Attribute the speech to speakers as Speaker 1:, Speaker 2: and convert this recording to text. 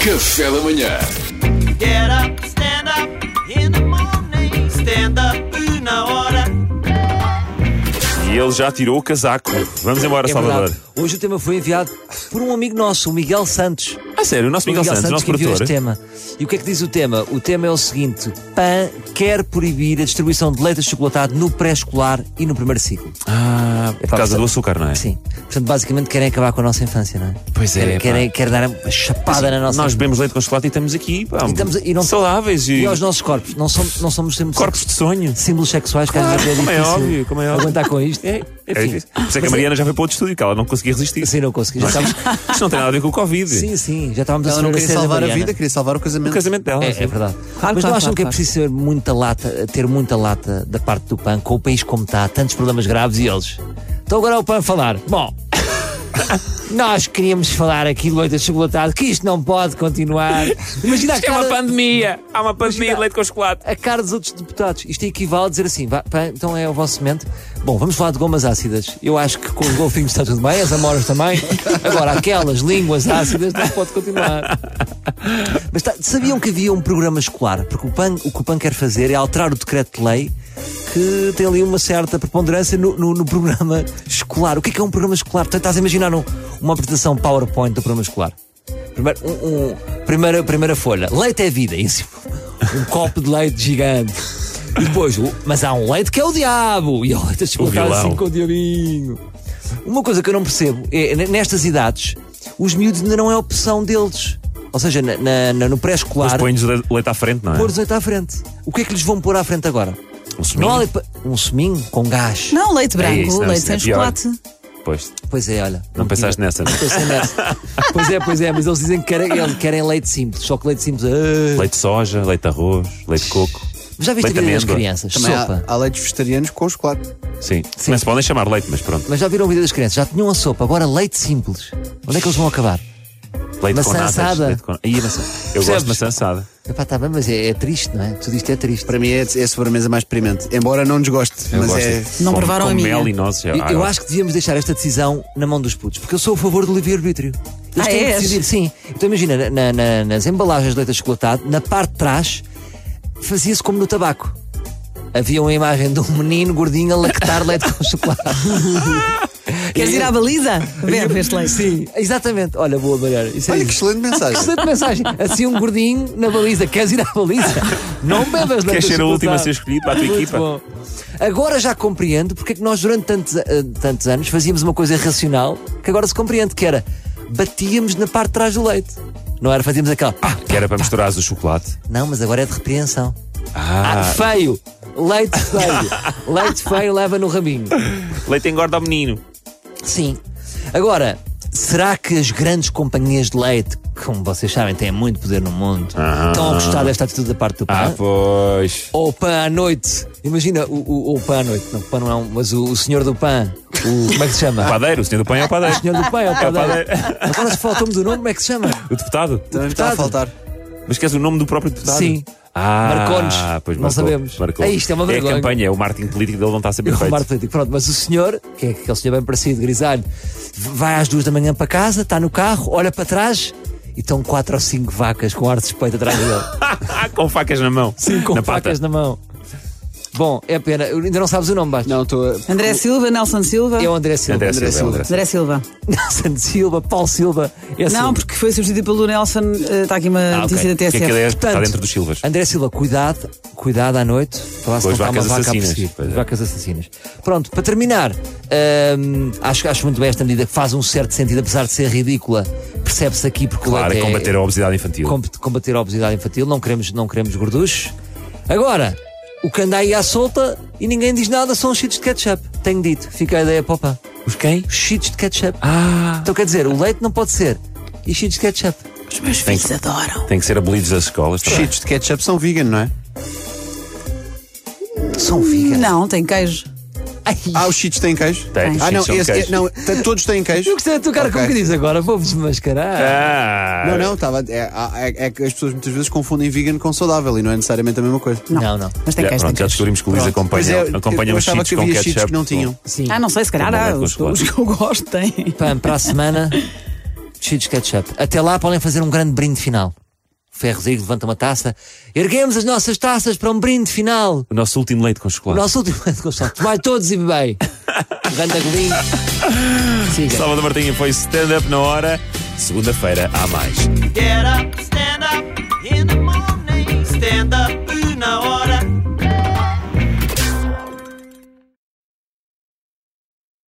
Speaker 1: Café da manhã.
Speaker 2: Get up, stand up in the morning. Stand up na hora.
Speaker 3: E ele já tirou o casaco. Vamos embora,
Speaker 4: É
Speaker 3: Salvador.
Speaker 4: verdade. Hoje o tema foi enviado por um amigo nosso, o Miguel Santos.
Speaker 3: A sério, o nosso
Speaker 4: O
Speaker 3: Miguel, Santos, nosso
Speaker 4: que enviou
Speaker 3: produtor.
Speaker 4: este tema. E o que é que diz o tema? O tema é o seguinte: PAN quer proibir a distribuição de leite achocolatado no pré-escolar e no primeiro ciclo.
Speaker 3: Ah, por
Speaker 4: Epá,
Speaker 3: causa
Speaker 4: portanto-
Speaker 3: do açúcar, não é?
Speaker 4: Sim. Portanto, basicamente querem acabar com a nossa infância, não é?
Speaker 3: Pois é,
Speaker 4: Querem,
Speaker 3: pá. assim,
Speaker 4: querem, querem dar uma chapada na nossa
Speaker 3: Nós bebemos leite com chocolate e estamos aqui, pá,
Speaker 4: E estamos- e não-
Speaker 3: saudáveis e,
Speaker 4: E aos nossos corpos. Não somos, não somos símbolos,
Speaker 3: corpos de sonho.
Speaker 4: símbolos sexuais, que às
Speaker 3: Claro,
Speaker 4: vezes é
Speaker 3: como é
Speaker 4: difícil
Speaker 3: óbvio, como é óbvio.
Speaker 4: aguentar com isto. É,
Speaker 3: É
Speaker 4: enfim.
Speaker 3: difícil. Por isso é que a Mariana já foi para outro estúdio, que ela não conseguia resistir.
Speaker 4: Assim não consegui. Já estávamos,
Speaker 3: Isto não tem nada a ver com o Covid.
Speaker 4: sim, sim, já estávamos a
Speaker 5: Ela não
Speaker 4: segurar
Speaker 5: queria
Speaker 4: sede da
Speaker 5: salvar a
Speaker 4: Mariana.
Speaker 5: vida, queria salvar o
Speaker 3: O
Speaker 5: casamento.
Speaker 3: casamento dela.
Speaker 4: É, é
Speaker 3: sim.
Speaker 4: verdade.
Speaker 5: Claro,
Speaker 4: Mas não
Speaker 5: claro,
Speaker 4: acham
Speaker 5: claro,
Speaker 4: que é
Speaker 5: claro.
Speaker 4: preciso ser muita lata, ter muita lata da parte do PAN, com o país como está, há tantos problemas graves e eles. Então agora é o PAN falar. Bom, nós queríamos falar aqui do leite achocolatado, que isto não pode continuar. Imagina a
Speaker 3: Isto é uma
Speaker 4: cara,
Speaker 3: pandemia. Há uma pandemia de leite com chocolate.
Speaker 4: a cara dos outros deputados. Isto equivale a dizer assim, vá, PAN, então é o vosso momento. Bom, vamos falar de gomas ácidas. Eu acho que com os golfinhos está tudo bem, as amoras também. Agora, aquelas línguas ácidas não pode continuar. Mas tá- sabiam que havia um programa escolar? Porque o PAN, o que o PAN quer fazer é alterar o decreto de lei que tem ali uma certa preponderância no, no- no programa escolar. O que é, que é um programa escolar? Portanto, estás a imaginar um- uma apresentação PowerPoint do programa escolar. Primeiro, um- um- primeira, primeira folha. Leite é vida. Isso. Um copo de leite gigante. E depois, o- mas há um leite que é o diabo. E o leite a chocolate
Speaker 3: vilão.
Speaker 4: assim com o diabinho. Uma coisa que eu não percebo é, n- nestas idades, os miúdos ainda não é opção deles. Ou seja, na- na- na- no
Speaker 3: Mas
Speaker 4: pré-escolar,
Speaker 3: põe-nos o leite à frente, não é?
Speaker 4: pôr os leite à frente. O que é que lhes vão pôr à frente agora?
Speaker 3: Um suminho.
Speaker 4: Não há leite pa- Um suminho com gás.
Speaker 6: Não, leite branco,
Speaker 3: É isso, não,
Speaker 6: leite
Speaker 3: isso
Speaker 6: sem
Speaker 3: é pior.
Speaker 6: chocolate.
Speaker 3: Pois,
Speaker 4: Pois é, olha.
Speaker 3: não pensaste nessa, né?
Speaker 4: Pensei nessa. pois é, pois é, mas eles dizem que querem, eles querem leite simples. Só que leite simples. ah.
Speaker 3: Leite de soja, leite de arroz, leite de coco.
Speaker 4: Já viste a
Speaker 3: leite
Speaker 4: vida das
Speaker 3: amêndoa.
Speaker 4: crianças?
Speaker 5: Também
Speaker 4: Sopa.
Speaker 5: há, há leites vegetarianos com chocolate.
Speaker 3: Sim. Não se podem chamar leite, mas pronto.
Speaker 4: Mas já viram a vida das crianças? Já tinham a sopa, agora leite simples. Onde é que eles vão acabar?
Speaker 3: Leite
Speaker 4: Maçã
Speaker 3: com natas.
Speaker 4: assada.
Speaker 3: Leite com... Ih, maçã. Eu gosto de maçã assada.
Speaker 4: Epá, tá bem, mas é, é triste, não é? Tudo isto é triste.
Speaker 5: Para mim é, é a sobremesa mais experimente. Embora não nos goste,
Speaker 3: Eu
Speaker 5: mas
Speaker 3: gosto.
Speaker 5: é.
Speaker 6: Não
Speaker 3: com,
Speaker 6: provaram
Speaker 3: com
Speaker 6: a minha.
Speaker 3: mel e nozes. é
Speaker 4: Eu, ah, eu acho que devíamos deixar esta decisão na mão dos putos, porque eu sou a favor do livre-arbítrio. Eles
Speaker 6: Ah,
Speaker 4: têm que
Speaker 5: é?
Speaker 6: és?
Speaker 4: decidir, sim. Então imagina, na- na- nas embalagens de leite achocolatado, na parte de trás, fazia-se como no tabaco. Havia uma imagem de um menino gordinho a lactar leite com chocolate.
Speaker 3: É
Speaker 6: Queres ir à baliza? Bebe este leite.
Speaker 4: Sim, exatamente. Olha, boa Mariana. Isso é
Speaker 5: Olha que
Speaker 4: isso.
Speaker 5: excelente mensagem.
Speaker 4: Excelente mensagem. Assim, um gordinho na baliza. Queres ir à baliza? Não bebas leite
Speaker 3: Queres ser a
Speaker 4: achocolatado.
Speaker 3: última a ser escolhida para a tua
Speaker 4: Muito
Speaker 3: equipa?
Speaker 4: bom. Agora já compreendo porque é que nós, durante tantos, ah, tantos anos, fazíamos uma coisa irracional que agora se compreende, que era batíamos na parte de trás do leite. Não era fazíamos aquela. pá.
Speaker 3: Que era para misturar o chocolate.
Speaker 4: Não, mas agora é de repreensão. Ah,
Speaker 3: Ah,
Speaker 4: feio! Leite feio! leite feio leva no rabinho.
Speaker 3: leite engorda ao menino.
Speaker 4: Sim. Agora, será que as grandes companhias de leite, que, como vocês sabem, têm muito poder no mundo, estão a gostar desta atitude da parte do
Speaker 3: Ah,
Speaker 4: PAN?
Speaker 3: pois.
Speaker 4: Ou o PAN à noite? Imagina, o, o, o PAN à noite, não, o PAN não é um, mas o, o senhor do PAN, o, como é que se chama?
Speaker 3: O padeiro, o senhor do pão é o
Speaker 4: O
Speaker 3: padeiro.
Speaker 4: senhor do PAN é o
Speaker 3: É o
Speaker 4: padeiro.
Speaker 3: padeiro.
Speaker 4: Agora se faltou-me do nome, como é que se chama?
Speaker 3: O deputado.
Speaker 5: Também me está a
Speaker 4: Deputado.
Speaker 5: faltar.
Speaker 3: Mas queres o nome do próprio deputado?
Speaker 4: Sim.
Speaker 3: Ah,
Speaker 4: Marcones.
Speaker 3: Pois
Speaker 4: Não
Speaker 3: marcou,
Speaker 4: sabemos.
Speaker 3: marcou.
Speaker 4: É isto, é uma
Speaker 3: É
Speaker 4: vergonha.
Speaker 3: a campanha, o marketing político dele não está a ser bem
Speaker 4: O
Speaker 3: feito.
Speaker 4: Mar Político. Pronto, mas o senhor, que é aquele senhor bem parecido, grisalho, vai às duas da manhã para casa, está no carro, olha para trás e estão quatro ou cinco vacas com ar de suspeito atrás dele.
Speaker 3: com facas na mão.
Speaker 4: Sim, com
Speaker 3: na
Speaker 4: facas
Speaker 3: pata.
Speaker 4: na mão. Bom, é pena. Eu- Ainda não sabes o nome, Bastos.
Speaker 5: Não, estou a.
Speaker 6: André Silva, Nelson Silva.
Speaker 4: É o André Silva.
Speaker 3: André Silva,
Speaker 5: André
Speaker 3: André Silva.
Speaker 6: André Silva.
Speaker 4: Nelson Silva, Paulo Silva. É
Speaker 6: Não,
Speaker 4: Silva.
Speaker 6: porque foi substituído pelo Nelson. eh, Está aqui uma
Speaker 3: Assim. Ah, ok.
Speaker 6: notícia da
Speaker 3: Que
Speaker 6: TSF.
Speaker 3: aquilo é- está
Speaker 4: Portanto,
Speaker 3: dentro dos Silvas.
Speaker 4: André Silva, cuidado, cuidado à noite. Para lá
Speaker 3: Com
Speaker 4: se
Speaker 3: as
Speaker 4: não está uma
Speaker 3: vacas
Speaker 4: vaca
Speaker 3: assassinas.
Speaker 4: a perseguir.
Speaker 3: Pois é.
Speaker 4: Vacas assassinas. Pronto, para terminar, hum, acho, acho muito bem esta medida que faz um certo sentido, apesar de ser ridícula. Percebe-se aqui porque o
Speaker 3: Claro,
Speaker 4: leite
Speaker 3: a combater
Speaker 4: é,
Speaker 3: a obesidade infantil.
Speaker 4: com- combater a obesidade infantil. Não queremos, não queremos gorduchos. Agora, o que anda aí à solta e ninguém diz nada são os cheetos de ketchup. Tenho dito, fica a ideia popa. Os quem? Os cheetos de ketchup.
Speaker 3: Ah,
Speaker 4: Então quer dizer, o leite não pode ser. E cheetos de ketchup.
Speaker 6: Os meus filhos adoram.
Speaker 3: tem que ser abolidos das escolas também.
Speaker 5: Cheetos de ketchup são vegan, não é?
Speaker 4: São vegan.
Speaker 6: Não, tem queijo.
Speaker 4: Ai,
Speaker 5: Ah, os cheetos têm queijo?
Speaker 3: Tem, os
Speaker 5: Ah, não,
Speaker 3: cheetos são de
Speaker 5: esse-
Speaker 3: queijo.
Speaker 5: é- não, t- todos têm queijo.
Speaker 4: eu gostei da tua cara, um como
Speaker 5: Ok.
Speaker 4: que diz agora? Vou-me desmascarar.
Speaker 3: Ah,
Speaker 5: Não, não, estava. É, é- é que as pessoas muitas vezes confundem vegan com saudável e não é necessariamente a mesma coisa.
Speaker 4: Não, não.
Speaker 6: Mas tem queijo,
Speaker 3: Já, É, pronto,
Speaker 6: tem
Speaker 3: já
Speaker 6: queijo.
Speaker 3: descobrimos que o Luís
Speaker 5: Pois
Speaker 3: acompanha,
Speaker 5: é,
Speaker 3: acompanha
Speaker 5: eu
Speaker 3: os
Speaker 5: achava
Speaker 3: cheetos
Speaker 5: que
Speaker 3: com
Speaker 5: havia
Speaker 3: ketchup.
Speaker 5: cheetos que não tinham.
Speaker 4: Sim.
Speaker 6: Ah, não sei, se calhar
Speaker 3: Também
Speaker 6: há
Speaker 3: com
Speaker 6: os,
Speaker 3: chocolate.
Speaker 6: os que eu gosto têm.
Speaker 4: Pam, para a semana cheio de ketchup. Até lá podem fazer um grande brinde final. O Ferro Rodrigues levanta uma taça. Erguemos as nossas taças para um brinde final.
Speaker 3: O nosso último leite com
Speaker 4: O
Speaker 3: chocolate.
Speaker 4: nosso último leite com chocolate. Vai todos e bebei. Grande agolinho. Siga.
Speaker 3: Salvador Martinha foi stand-up na hora. Segunda-feira há mais.
Speaker 2: Get up, stand up